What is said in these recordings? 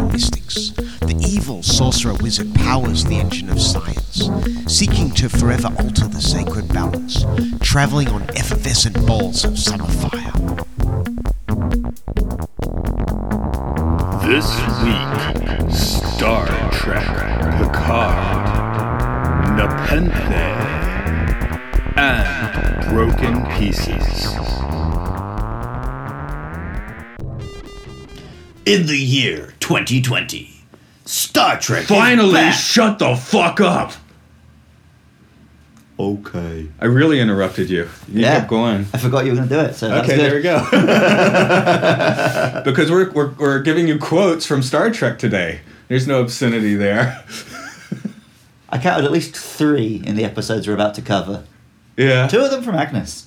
of mystics, the evil sorcerer wizard powers the engine of science, seeking to forever alter the sacred balance, traveling on effervescent balls of summer fire. This week, Star Trek Picard, Nepenthe, and Broken Pieces. In the year 2020, Star Trek is Finally, back. shut the fuck up. okay. I really interrupted you. You Yeah. kept going. I forgot you were gonna do it. So that's Okay, good. there we go. because we're, we're, we're giving you quotes from Star Trek today. There's no obscenity there. I counted at least three in the episodes we're about to cover. Yeah. Two of them from Agnes.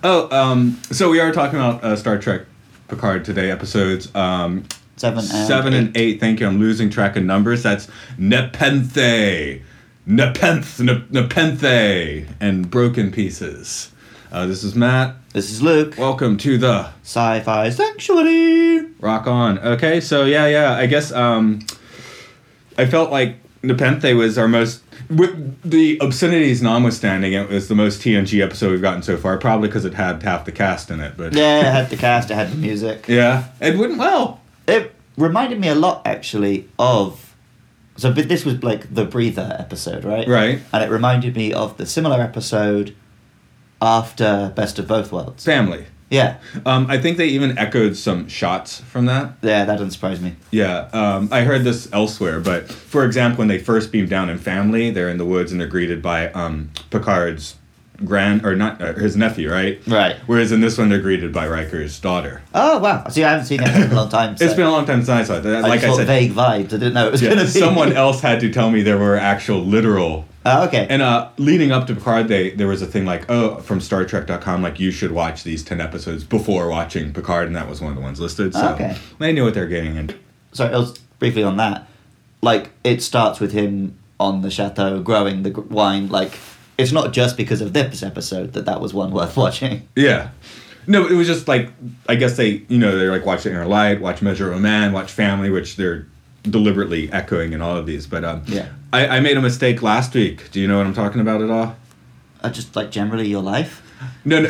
Oh, um, so we are talking about uh, Star Trek Picard today, episodes um, Seven. And seven and eight. Thank you. I'm losing track of numbers. That's Nepenthe, Nepenthe, Nep- Nepenthe, and Broken Pieces. Uh, this is Matt. This is Luke. Welcome to the Sci-fi sanctuary. Rock on. Okay, so yeah, yeah. I guess um, I felt like Nepenthe was our most with the obscenities notwithstanding, it was the most TNG episode we've gotten so far. Probably because it had half the cast in it, but Yeah, it had the cast. It had the music. yeah, it wouldn't well. It reminded me a lot, actually, of. So, but this was like the breather episode, right? Right. And it reminded me of the similar episode after Best of Both Worlds. Family. Yeah. Um, I think they even echoed some shots from that. Yeah, that doesn't surprise me. Yeah, um, I heard this elsewhere, but for example, when they first beam down in Family, they're in the woods and they're greeted by um, Picard's grand or not uh, his nephew, right? Right. Whereas in this one, they're greeted by Riker's daughter. Oh wow! See, I haven't seen it in a long time. So It's been a long time since I saw it. That- I Like just I thought said, vague vibes. I didn't know it was yeah, going to be someone else had to tell me there were actual literal. Oh, okay. And uh, leading up to Picard, they there was a thing like, oh, from Star Trek.com, like you should watch these ten episodes before watching Picard, and that was one of the ones listed. So Oh, Okay. they knew what they're getting into. Sorry, else briefly on that. Like it starts with him on the chateau growing the gr- wine. Like it's not just because of this episode that that was one worth watching. Yeah. No, it was just like I guess they you know they're like watch The Inner Light, watch Measure of a Man, watch Family, which they're deliberately echoing in all of these. But um, Yeah. I, I made a mistake last week. Do you know what I'm talking about at all? Uh, just like generally your life. No, no,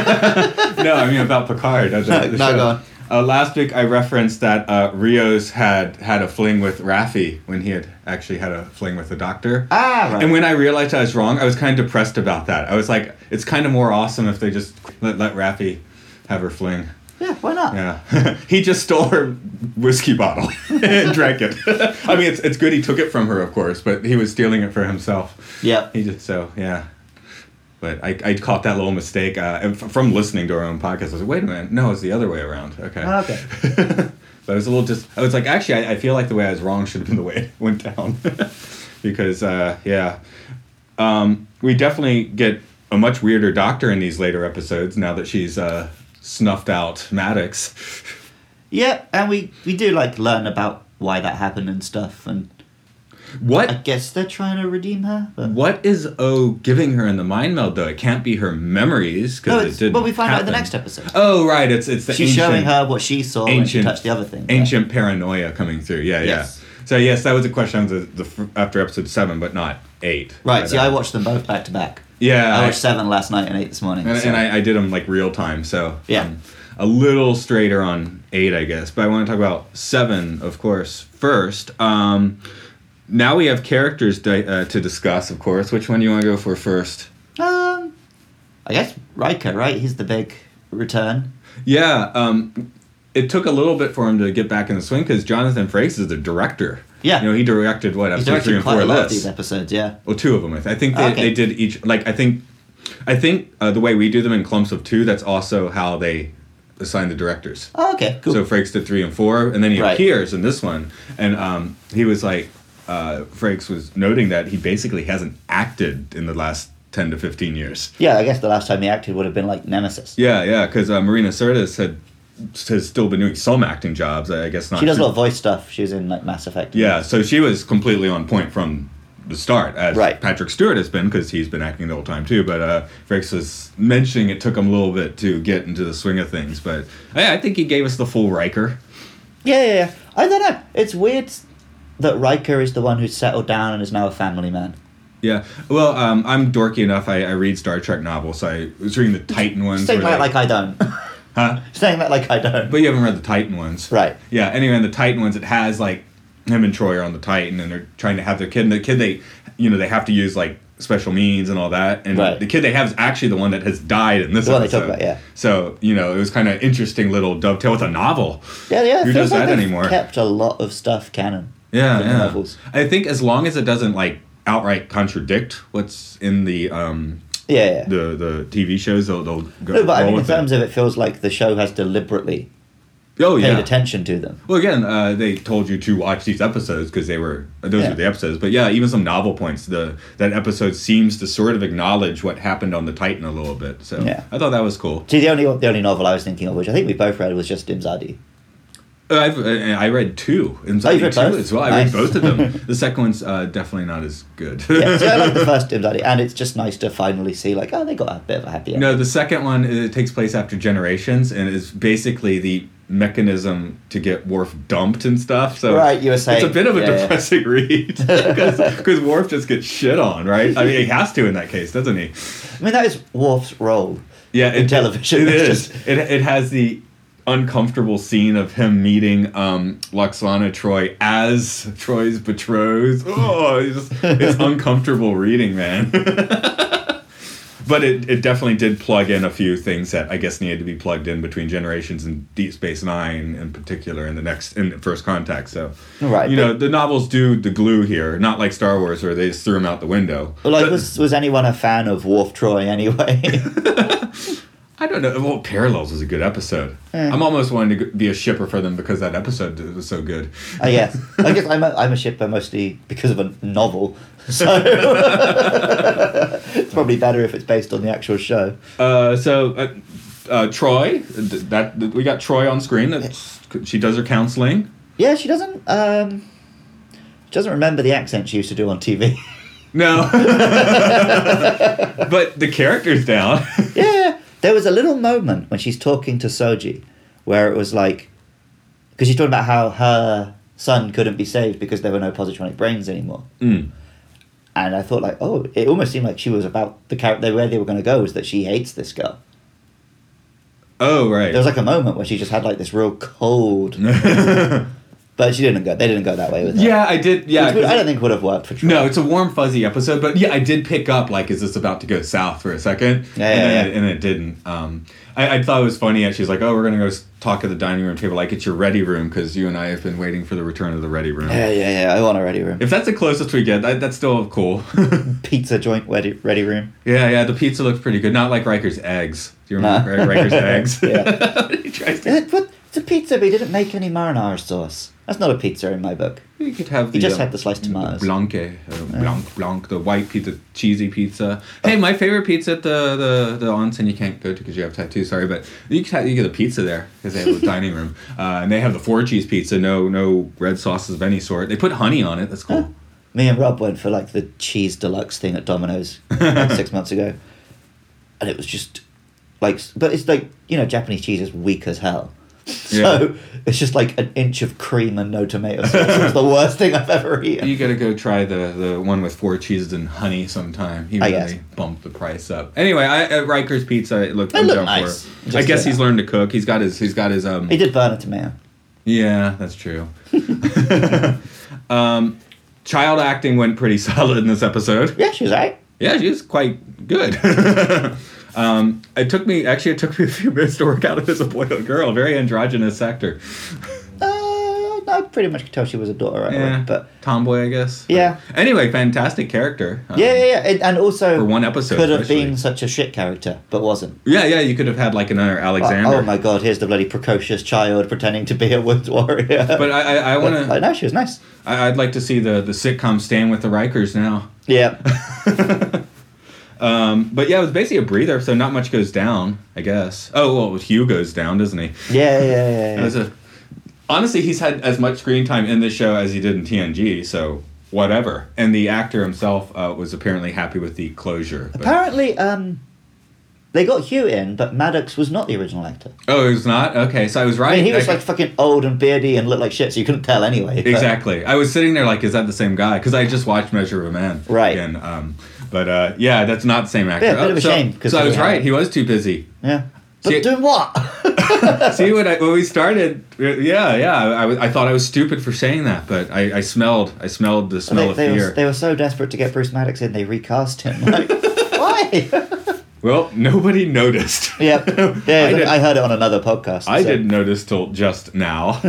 no. I mean about Picard. That's No, no, go on. Uh, last week I referenced that uh, Rios had had a fling with Raffi when he had actually had a fling with the Doctor. Ah, right. And when I realized I was wrong, I was kind of depressed about that. I was like, it's kind of more awesome if they just let let Raffi have her fling. yeah, why not? Yeah, he just stole her whiskey bottle and drank it. I mean, it's it's good he took it from her, of course, but he was stealing it for himself. Yep. He just so yeah. But I, I caught that little mistake uh, and f- from listening to our own podcast. I was like, wait a minute, no, it's the other way around. Okay. Ah, Okay. But I was a little just. I was like, actually, I, I feel like the way I was wrong should have been the way it went down, because uh, yeah, um, we definitely get a much weirder doctor in these later episodes now that she's uh, snuffed out Maddox. yeah, and we we do like learn about why that happened and stuff, and I What guess they're trying to redeem her. But... what is O giving her in the mind meld though? It can't be her memories No, because it's- it didn't. well, we find out in the happen. next episode. Oh right, it's it's the She's ancient, showing her what she saw when she ancient- touched the other thing. yeah. ancient paranoia coming through. Yeah, Yes. yeah. So yes, that was a question on the, the fr- after episode seven, but not eight. Right, But, see, uh, I watched them both back to back. Yeah, I I- watched seven last night and eight this morning. and, so- and I, I did them like real time, so Yeah. um, a little straighter on eight, I guess. But I want to talk about seven, of course, first. Um, now we have characters di- uh, to discuss, of course. Which one do you want to go for first? um, I guess Riker, right? He's the big return. Yeah, um, it took a little bit for him to get back in the swing because Jonathan Frakes is the director. Yeah. you know he directed what He's episode three directed and quite four a of lot of this. these episodes, yeah. Well, two of them. I, th- I think they, Okay. they did each. Like I think, I think uh, the way we do them in clumps of two. That's also how they assigned the directors. Oh, okay, cool. So Frakes did three and four, and then he Right. appears in this one, and um, he was like, uh, Frakes was noting that he basically hasn't acted in the last ten to fifteen years. yeah, I guess the last time he acted would have been like Nemesis. Yeah, yeah, because uh, Marina Sirtis had has still been doing some acting jobs. I I guess not. She does a too- lot of voice stuff. She was in like Mass Effect. Yeah, so she was completely on point from the start, as Right. Patrick Stewart has been, because he's been acting the whole time too. But uh, Frakes was mentioning it took him a little bit to get into the swing of things. But yeah, I think he gave us the full Riker. Yeah, yeah, yeah. I don't know. It's weird that Riker is the one who's settled down and is now a family man. Yeah, well, um, I'm dorky enough. I, I read Star Trek novels, so I was reading the Titan ones. Saying where that they- like I don't. huh? Saying that like I don't. But you haven't read the Titan ones, Right. Yeah. Anyway, in the Titan ones, it has like him and Troy are on the Titan, and they're trying to have their kid. And the kid they, you know, they have to use like special means and all that. And Right. the kid they have is actually the one that has died in this The one they episode. talk about, yeah. So you know, it was kind of interesting little dovetail with a novel. Yeah, yeah. it Who feels does like that they've anymore? Kept a lot of stuff canon. yeah, from the yeah. novels. I think as long as it doesn't like outright contradict what's in the um Yeah, yeah. the the TV shows, they'll they'll go. no, but I roll mean, in with terms it. of it feels like the show has deliberately oh paid yeah. attention to them. Well, again, uh, they told you to watch these episodes because they were those Yeah. were the episodes. But yeah, even some novel points. The that episode seems to sort of acknowledge what happened on the Titan a little bit. So Yeah. I thought that was cool. See, the only the only novel I was thinking of, which I think we both read, was just Imzadi. Uh, I've, uh, I read two, and Oh, you've read two both? as well. I Nice. read both of them. the second one's uh, definitely not as good. Yeah, so I like the first Imzadi, and it's just nice to finally see, like, oh, they got a bit of a happy end. No, the second one it takes place after generations and is basically the mechanism to get Worf dumped and stuff. So Right, you were it's saying- a bit of a yeah, yeah. depressing read because Worf just gets shit on, right? I mean, he has to in that case, doesn't he? I mean, that is Worf's role. Yeah, in It television. It's is. It, it has the uncomfortable scene of him meeting um, Luxana Troy as Troy's betrothed. Oh, it's, just, it's uncomfortable reading, man. but it, it definitely did plug in a few things that I guess needed to be plugged in between generations and Deep Space Nine in particular in the next in First Contact. So Right, you but- know the novels do the glue here, not like Star Wars where they just threw them out the window. But, like, But- was was anyone a fan of Worf Troy anyway? I don't know. Well, Parallels was a good episode. I'm almost wanting to g- be a shipper for them because that episode was so good. I guess. I guess I'm a, I'm a shipper mostly because of a novel, so it's probably better if it's based on the actual show. Uh, so, uh, uh, Troy, th- that th- we got Troy on screen. That's, she does her counseling. Yeah, she doesn't. Um, she doesn't remember the accent she used to do on TV. No, but the character's down. yeah, there was a little moment when she's talking to Soji, where it was like, because she's talking about how her son couldn't be saved because there were no positronic brains anymore. Mm. And I thought like, oh, it almost seemed like she was about the character where they were going to go was that she hates this girl. Oh right. There was like a moment where she just had like this real cold, but she didn't go. They didn't go that way with her. yeah, I did. Yeah, Which would- 'cause- I don't think would have worked for Troy. No, it's a warm fuzzy episode, but yeah, I did pick up like, is this about to go south for a second? Yeah, and, yeah, then yeah. It, and it didn't. Um, I, I thought it was funny. And she's like, "Oh, we're gonna go s- talk at the dining room table, like it's your ready room, because you and I have been waiting for the return of the ready room." Yeah, yeah, yeah. I want a ready room. If that's the closest we get, that, that's still cool. Pizza joint ready, ready room. yeah, yeah, the pizza looks pretty good. Not like Riker's eggs. Do you remember Nah. Riker's eggs? Yeah. he tries to. It, what? It's a pizza, but he didn't make any marinara sauce. That's not a pizza in my book. You could have He the. um, just had the sliced tomatoes. Blanque, uh, blanc, blanc, the white pizza, cheesy pizza. Oh. Hey, my favorite pizza at the, the, the onsen you can't go to because you have tattoos, sorry, but you can, have- you get a pizza there because they have a dining room. Uh, and they have the four cheese pizza, no no red sauces of any sort. They put honey on it, that's cool. Me and Rob went for like the cheese deluxe thing at Domino's like, six months ago, and it was just like, but it's like you know Japanese cheese is weak as hell. So it's just like an inch of cream and no tomato sauce. It's the worst thing I've ever eaten. You gotta go try the, the one with four cheeses and honey sometime. He I really guess. bumped the price up. Anyway, I, at Riker's Pizza, it looked, It I'm looked down for nice. it. I Just guess good. he's learned to cook. He's got his he's got his um. He did burn a tomato. Yeah, that's true. um, child acting went pretty solid in this episode. Yeah, she was right. Yeah, she was quite good. um, it took me actually it took me a few minutes to work out if it's a boy or a girl. Very androgynous actor. Uh, I pretty much could tell she was a daughter right away. Yeah, But tomboy, I guess. Yeah. But anyway, fantastic character. Um, yeah, yeah, yeah, and, and also For one episode, could have especially. been such a shit character, but wasn't. yeah, yeah. You could have had like another Like, Alexander. oh my god, here's the bloody precocious child pretending to be a wood warrior. But I, I, I want like, to. no, she was nice. I- I'd like to see the the sitcom Stand with the Rikers now. Yeah, But yeah, it was basically a breather, so not much goes down, I guess. Oh well, Hugh goes down, doesn't he? yeah, yeah, yeah. It yeah. was a- honestly, he's had as much screen time in this show as he did in TNG, so whatever. And the actor himself uh, was apparently happy with the closure. but- Apparently, um, they got Hugh in, but Maddox was not the original actor. oh, he's not okay. So I was right. I mean, he was That- like fucking old and beardy and looked like shit, so you couldn't tell anyway. but- Exactly. I was sitting there like, is that the same guy? Because I just watched Measure of a Man. Right. Again. Um, but uh, yeah, that's not the same actor. Yeah, a bit Oh, of a so, shame, 'cause So I we was have- right. He was too busy. Yeah. But See- doing what? See, when, I, when we started, uh, yeah, yeah, I, was- I thought I was stupid for saying that, but I, I smelled, I smelled the smell they, of they, fear. were, they were so desperate to get Bruce Maddox in, they recast him. Like, why? well, nobody noticed. yeah, yeah. I I, did- I heard it on another podcast. I so- didn't notice till just now.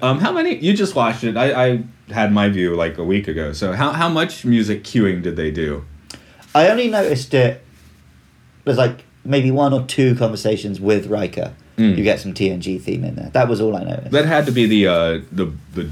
um, how many? You just watched it. I, I had my view like a week ago. So how how much music cueing did they do? I only noticed it. There's like maybe one or two conversations with Riker. You get some TNG theme in there. That was all I noticed. Mm. That had to be the uh, the the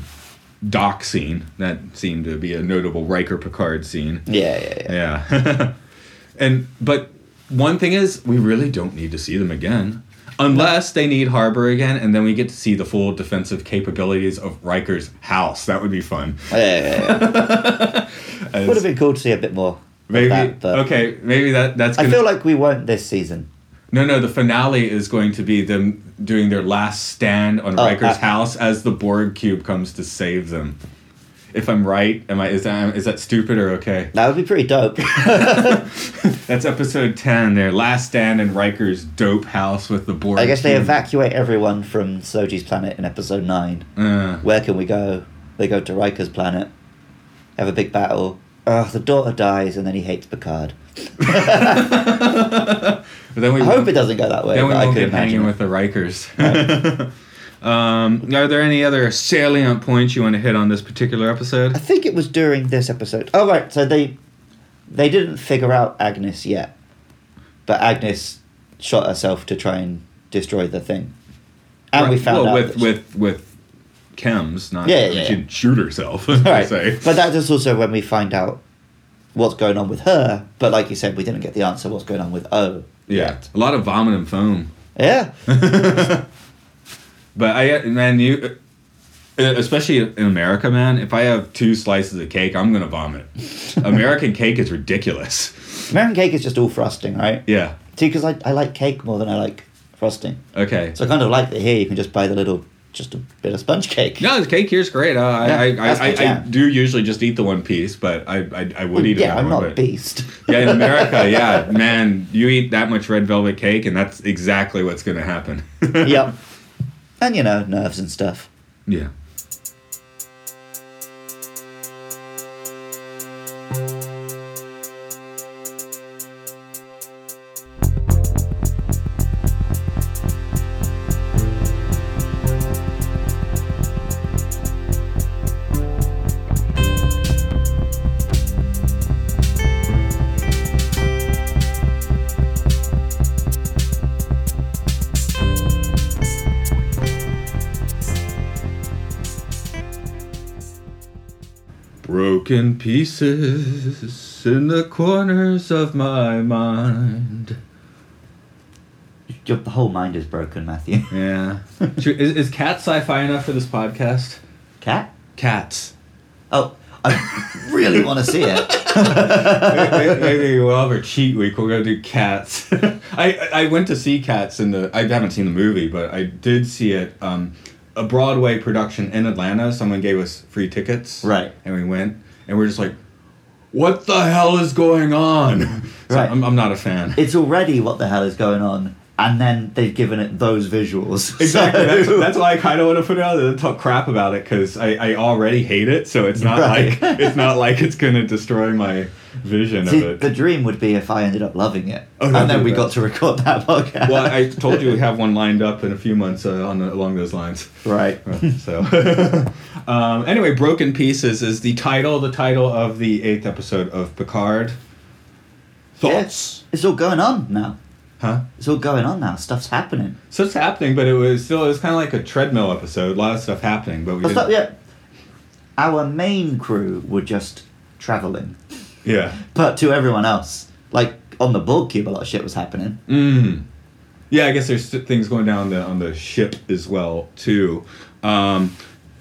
dock scene. That seemed to be a notable Riker Picard scene. yeah, yeah, yeah. Yeah. and but one thing is we really don't need to see them again. Unless they need Harbor again, and then we get to see the full defensive capabilities of Riker's house. That would be fun. yeah, yeah, yeah. Would have been cool to see a bit more. of Maybe that, but okay. Maybe that that's. I Gonna, feel like we won't this season. no, no. The finale is going to be them doing their last stand on Oh, Riker's uh, house as the Borg cube comes to save them. If I'm right, am I? Is that is that stupid or okay? That would be pretty dope. That's episode ten. Their last stand in Riker's dope house with the Borg. I guess they cube. evacuate everyone from Soji's planet in episode nine. Uh, Where can we go? They go to Riker's planet, have a big battle. Ugh, the daughter dies, and then he hates Picard. but then we I won't- hope it doesn't go that way. Then we but I won't could get imagine. hanging with the Rikers. um, are there any other salient points you want to hit on this particular episode? I think it was during this episode. Oh right, so they they didn't figure out Agnes yet, but Agnes shot herself to try and destroy the thing, and we Right, found well, out with that she- with with chems, not Yeah, yeah, she yeah. didn't shoot herself. All Right. say. But that is also when we find out what's going on with her. But like you said, we didn't get the answer what's going on with O. yeah, a lot of vomit and foam. Yeah. But I man, you uh, especially in America, man. If I have two slices of cake, I'm gonna vomit. American cake is ridiculous. American cake is just all frosting, right? Yeah. See, because I, I like cake more than I like frosting. Okay. So I kind of like that here you can just buy the little, just a bit of sponge cake. No, the cake here's great. Uh, I- Yeah, I, that's my I, I, I jam. do usually just eat the one piece, but I I, I would eat yeah, another one. I'm not a but- beast. yeah, in America, yeah, man, you eat that much red velvet cake, and that's exactly what's gonna happen. yep. And you know, nerves and stuff. yeah. Broken pieces in the corners of my mind. Your whole mind is broken, Matthew. Yeah. Should- is, is cat sci-fi enough for this podcast? Cat? Cats. Oh, I really want to see it. maybe, maybe we'll have a cheat week. We'll go do cats. I I went to see Cats in the. I haven't seen the movie, but I did see it. Um, a Broadway production in Atlanta. Someone gave us free tickets. Right. And we went, and we're just like, "What the hell is going on?" So Right. I'm, I'm not a fan. It's already what the hell is going on, and then they've given it those visuals. Exactly. So- That's, that's why I kind of want to put it out there and talk crap about it because I, I already hate it. So it's not Right. like it's not like it's gonna destroy my vision See, of it. the dream would be if I ended up loving it, Oh, no, and then do we that. got to record that podcast. well, I told you we have one lined up in a few months uh, on along those lines. right. so um, anyway broken pieces is the title the title of the eighth episode of picard Yes, it's all going on now. huh It's all going on now. Stuff's happening. so it's happening but it was still it was kind of like a treadmill episode a lot of stuff happening but we But stuff, didn't- yeah. Our main crew were just traveling, yeah but to everyone else, like on the Borg cube, a lot of shit was happening. Mm. Yeah, I guess there's th- things going down the, on the ship as well too. Um,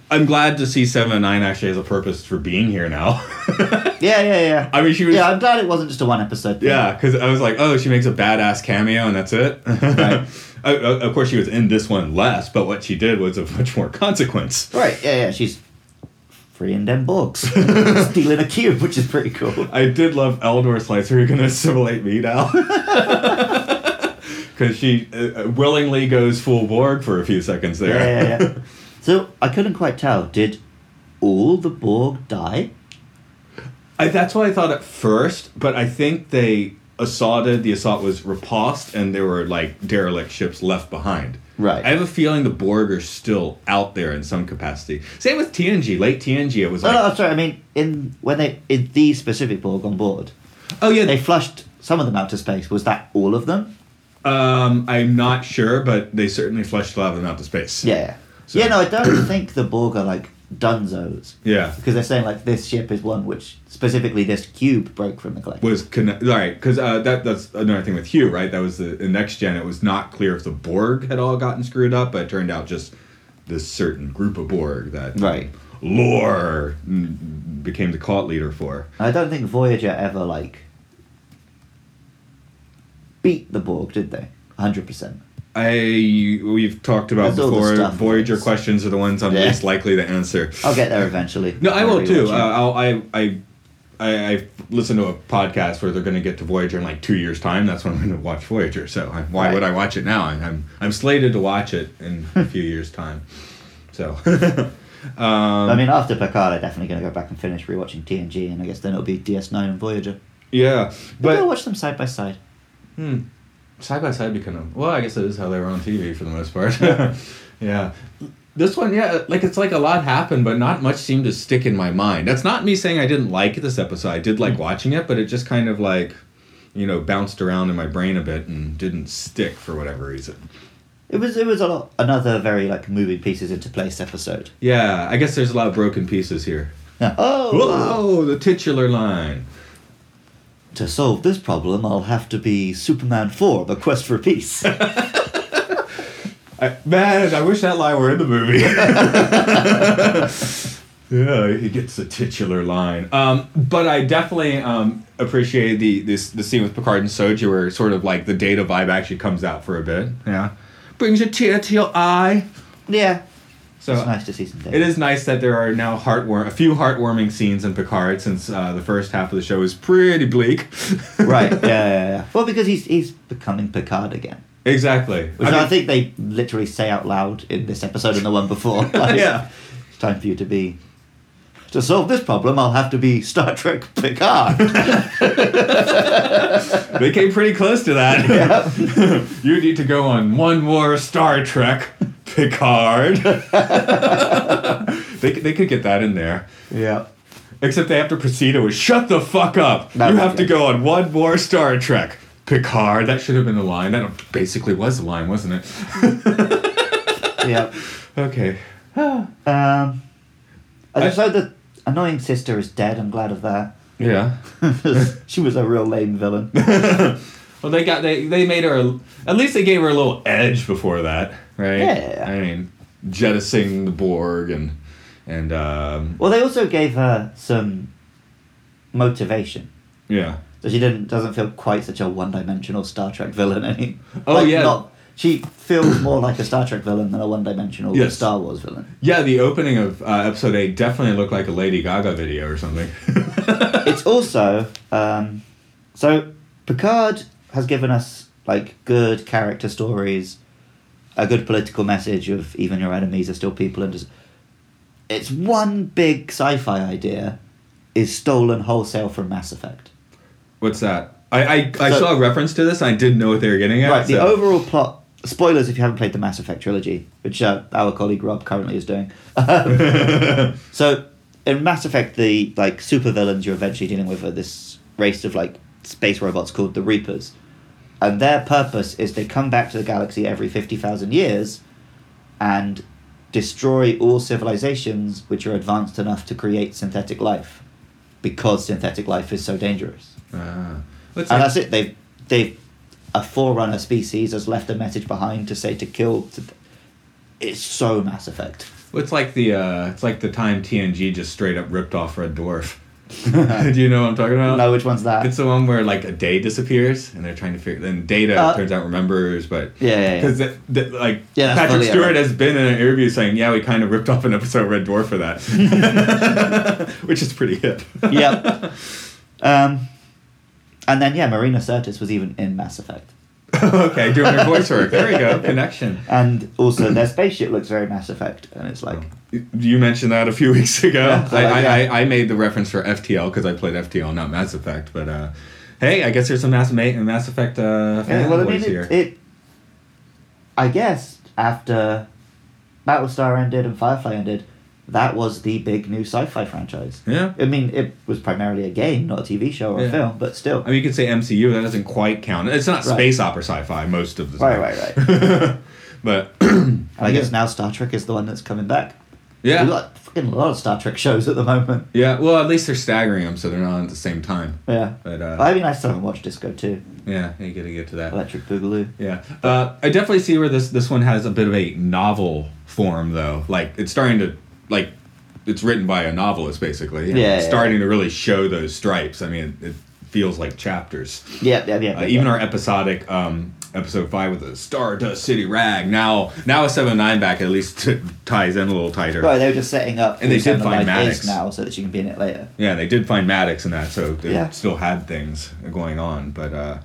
I'm glad to see Seven and Nine actually has a purpose for being here now. Yeah, yeah, yeah. I mean, she was. yeah, I'm glad it wasn't just a one episode. Thing. Yeah, because I was like, oh, she makes a badass cameo and that's it. Right. Uh, uh, of course, she was in this one less, but what she did was of much more consequence. Right. Yeah, yeah. She's freeing them Borgs, stealing a cube, which is pretty cool. I did love Eldor Slicer. You're gonna assimilate me now, because she uh, willingly goes full Borg for a few seconds there. Yeah, yeah, yeah. so I couldn't quite tell. Did all the Borg die? I, that's what I thought at first, but I think they assaulted. The assault was repulsed, and there were like derelict ships left behind. Right. I have a feeling the Borg are still out there in some capacity. Same with TNG. Late TNG, it was No, like, no, I'm sorry. I mean, in when they in the specific Borg on board, oh yeah. they flushed some of them out to space. Was that all of them? um, I'm not sure, but they certainly flushed a lot of them out to space. Yeah. yeah. So- yeah. No, I don't think the Borg are like dunzos Yeah. because they're saying like this ship is one which specifically this cube broke from the collector. was connect all right because uh, that that's another thing with Hugh right that was the in next gen it was not clear if the Borg had all gotten screwed up but it turned out just this certain group of Borg that Right. lore mm, became the cult leader for I don't think Voyager ever like beat the Borg, did they? Hundred percent. I we've talked about That's all the before stuff. Voyager questions are the ones I'm Yeah. least likely to answer I'll get there eventually. No, I will Maybe too. watch Uh, it. I'll, I I I I listened to a podcast where they're going to get to Voyager in like two years' time. That's when I'm going to watch Voyager. So I, why Right. would I watch it now? I, I'm I'm slated to watch it in a few years' time. So I um, mean, after Picard, I'm definitely going to go back and finish rewatching TNG, and I guess then it'll be DS9 and Voyager. yeah, But I'll but watch them side by side. side by side become a- well. I guess that is how they were on TV for the most part. yeah. This one, yeah, like it's like a lot happened, but not much seemed to stick in my mind. That's not me saying I didn't like this episode. I did like watching it, but it just kind of like, you know, bounced around in my brain a bit and didn't stick for whatever reason. It was it was a lot, another very like moving pieces into place episode. Yeah, I guess there's a lot of broken pieces here. oh, Whoa, the titular line. to solve this problem, I'll have to be Superman Four: The Quest for Peace. I, man, I wish that line were in the movie. yeah, he gets the titular line. Um, but I definitely um, appreciate the this the scene with Picard and Soja where sort of like the data vibe actually comes out for a bit. Yeah, brings a tear to your eye. yeah, So it's nice to see some Uh, It things. is nice that there are now heartwarm a few heartwarming scenes in Picard since uh, the first half of the show is pretty bleak. right? Yeah, yeah, yeah. Well, because he's he's becoming Picard again, exactly. which I, I mean- think they literally say out loud in this episode and the one before. Like, yeah. It's time for you to be. To solve this problem, I'll have to be Star Trek Picard. they came pretty close to that. you need to go on one more Star Trek, Picard. they, they could get that in there. yeah. Except they have to proceed it with shut the fuck up. That you was have to good. go on one more Star Trek, Picard. That should have been the line. That basically was the line, wasn't it? Yeah. Okay. Um, I- I so the annoying sister is dead. I'm glad of that. Yeah. she was a real lame villain. Well, they got they they made her a- at least they gave her a little edge before that, right? Yeah. I mean, jettisoning the Borg and and um, Well, they also gave her some motivation. yeah. So she didn't doesn't feel quite such a one dimensional Star Trek villain any. Oh, like, yeah. Not, she feels more like a Star Trek villain than a one dimensional Yes. Star Wars villain. Yeah, the opening of uh, episode eight definitely looked like a Lady Gaga video or something. it's also um, so Picard has given us like good character stories, a good political message of even your enemies are still people, and just it's one big sci-fi idea is stolen wholesale from Mass Effect. What's that? I I, I So- saw a reference to this. And I didn't know what they were getting at. Right, the so- overall plot. Spoilers if you haven't played the Mass Effect trilogy, which uh, our colleague Rob currently is doing. Um, so, in Mass Effect, the like supervillains you're eventually dealing with are this race of like space robots called the Reapers, and their purpose is they come back to the galaxy every fifty thousand years, and destroy all civilizations which are advanced enough to create synthetic life, because synthetic life is so dangerous. Ah. What's And that? that's it. They've they've a forerunner species has left a message behind to say to kill. To, it's so Mass Effect. It's like the uh, it's like the time TNG just straight up ripped off Red Dwarf. Do you know what I'm talking about? No, which one's that? It's the one where like a day disappears and they're trying to figure. Then Data Uh, turns out remembers, but Yeah, yeah, yeah. because like Yeah, that's Patrick fully Stewart ironic. has been in an interview saying, "Yeah, we kind of ripped off an episode of Red Dwarf for that," which is pretty hip. yep. Um, and then yeah, Marina Sirtis was even in Mass Effect, okay, doing her voice work. There we go. Connection. and also their spaceship looks very Mass Effect, and it's like You mentioned that a few weeks ago. Yeah, I I, like I, that. I, I made the reference for FTL because I played FTL, not Mass Effect. But uh, hey, I guess there's some Mass, Ma- Mass Effect uh, yeah, well, I mean, fanboys here. it, it. I guess after Battlestar ended and Firefly ended, that was the big new sci-fi franchise. yeah. I mean, it was primarily a game, not a TV show or Yeah. a film, but still. I mean, you could say MCU. That doesn't quite count. It's not Right. space opera sci-fi most of the Right, time. right, right. but and I yeah. guess now Star Trek is the one that's coming back. There's yeah, like fucking a lot of Star Trek shows at the moment. yeah. Well, at least they're staggering them, so they're not at the same time. Yeah. But uh, I mean, I still haven't watched Disco 2, yeah, you gotta get to that. Electric Boogaloo. Yeah, uh, I definitely see where this this one has a bit of a novel form though. Like it's starting to like it's written by a novelist basically. and Yeah, it's yeah, starting to really show those stripes. I mean, it, it feels like chapters. Yeah, yeah, yeah. Uh, yeah, even yeah. our episodic um, episode five with the Stardust City Rag now now a seven nine back at least t- ties in a little tighter. Right, they were just setting up. And they who did Summer find Life Maddox. is now so that she can be in it later. Yeah, they did find Maddox in that, so they Yeah. still had things going on. But uh,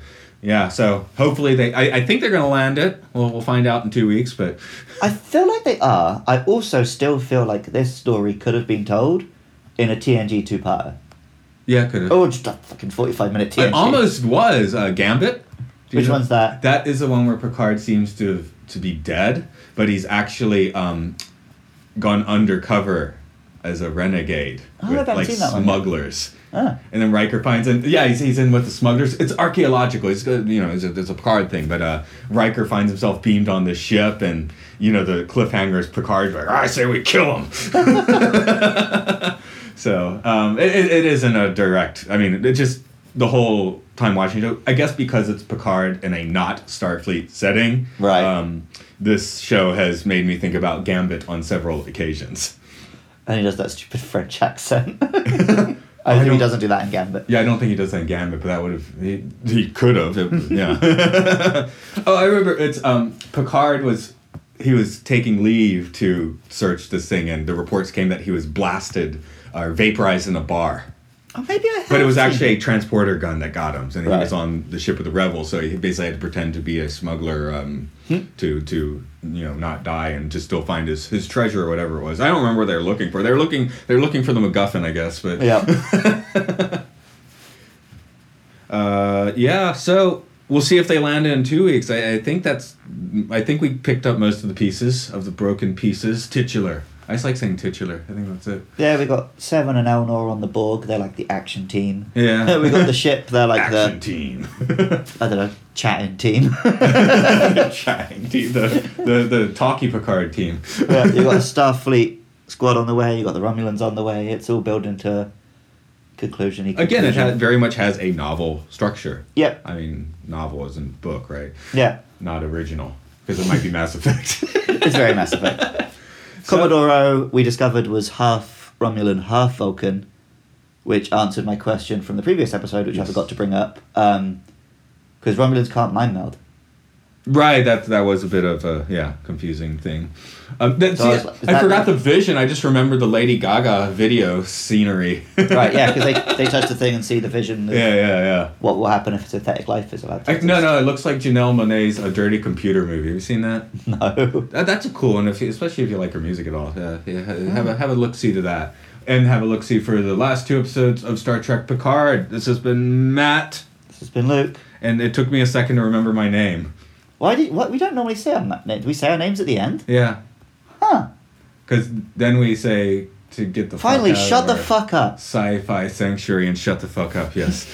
yeah, so hopefully they. I, I think they're going to land it. Well, we'll find out in two weeks, but. I feel like they are. I also still feel like this story could have been told in a TNG two-parter. Yeah, could have. Or just a fucking 45-minute TNG. it almost was uh, Gambit. Do you Which know- one's that? That is the one where Picard seems to to be dead, but he's actually um, gone undercover as a renegade Oh, I with haven't like seen that one. smugglers. Ah. And then Riker finds in. Yeah, he's, he's in with the smugglers. It's archaeological. It's good, you know, it's a, it's a Picard thing. But uh, Riker finds himself beamed on this ship, and you know the cliffhanger is Picard's like, I say we kill him. so um, it, it, it isn't a direct. I mean, it just the whole time watching it. I guess because it's Picard in a not Starfleet setting. Right. Um, this show has made me think about Gambit on several occasions. And he does that stupid French accent. I, think don't- he doesn't do that in Gambit. Yeah, I don't think he does that in Gambit, but that would have he, he could have. It- yeah. oh, I remember it's um Picard was he was taking leave to search this thing, and the reports came that he was blasted or vaporized in a bar. Oh, maybe I have But it was seen actually a transporter gun that got him, and he Right. was on the ship with the rebels, so he basically had to pretend to be a smuggler um, Hmm. to to you know not die and to still find his, his treasure or whatever it was. I don't remember what they were looking for. They're looking they're looking for the MacGuffin, I guess. But Yeah. Uh, yeah, so we'll see if they land in two weeks. I, I think that's. I think we picked up most of the pieces of the broken pieces. Titular. I just like saying titular. I think that's it. yeah, we got Seven and Elnor on the Borg. They're like the action team. Yeah. we got the ship. They're like Action the team. I don't know chatting team. Chatting team. The, the, the talkie Picard team. Yeah, you got a Starfleet squad on the way. You got the Romulans on the way. It's all building to a conclusion. a Again, it conclusion. has, very much has a novel structure. Yep. I mean, novel isn't book, right? Yeah, Not original. Because it might be Mass Effect. it's very Mass Effect. Commodore O, we discovered was half Romulan, half Vulcan, which answered my question um, from the previous episode, which I forgot to bring up. Because Romulans can't mind meld. Right, that that was a bit of a yeah confusing thing. Um, that, So see, I was like, is I that- forgot the vision. I just remembered the Lady Gaga video scenery. yeah, Right, yeah, because they, they touch the thing and see the vision of yeah, yeah. what will happen if synthetic life is allowed to I, no, no, it looks like Janelle Monae's A Dirty Computer movie. Have you seen that? no. No. that that's a cool one, if you, especially if you like her music at all. Yeah, yeah, have a have a look see to that, and have a look see for the last two episodes of Star Trek Picard. This has been Matt, This has been Luke. and it took me a second to remember my name. Why do what we don't normally say our na- name? Do we say our names at the end? Yeah, Huh. because then we say to get the fuck Finally, out of shut the our- fuck up. sci-fi sanctuary and shut the fuck up yes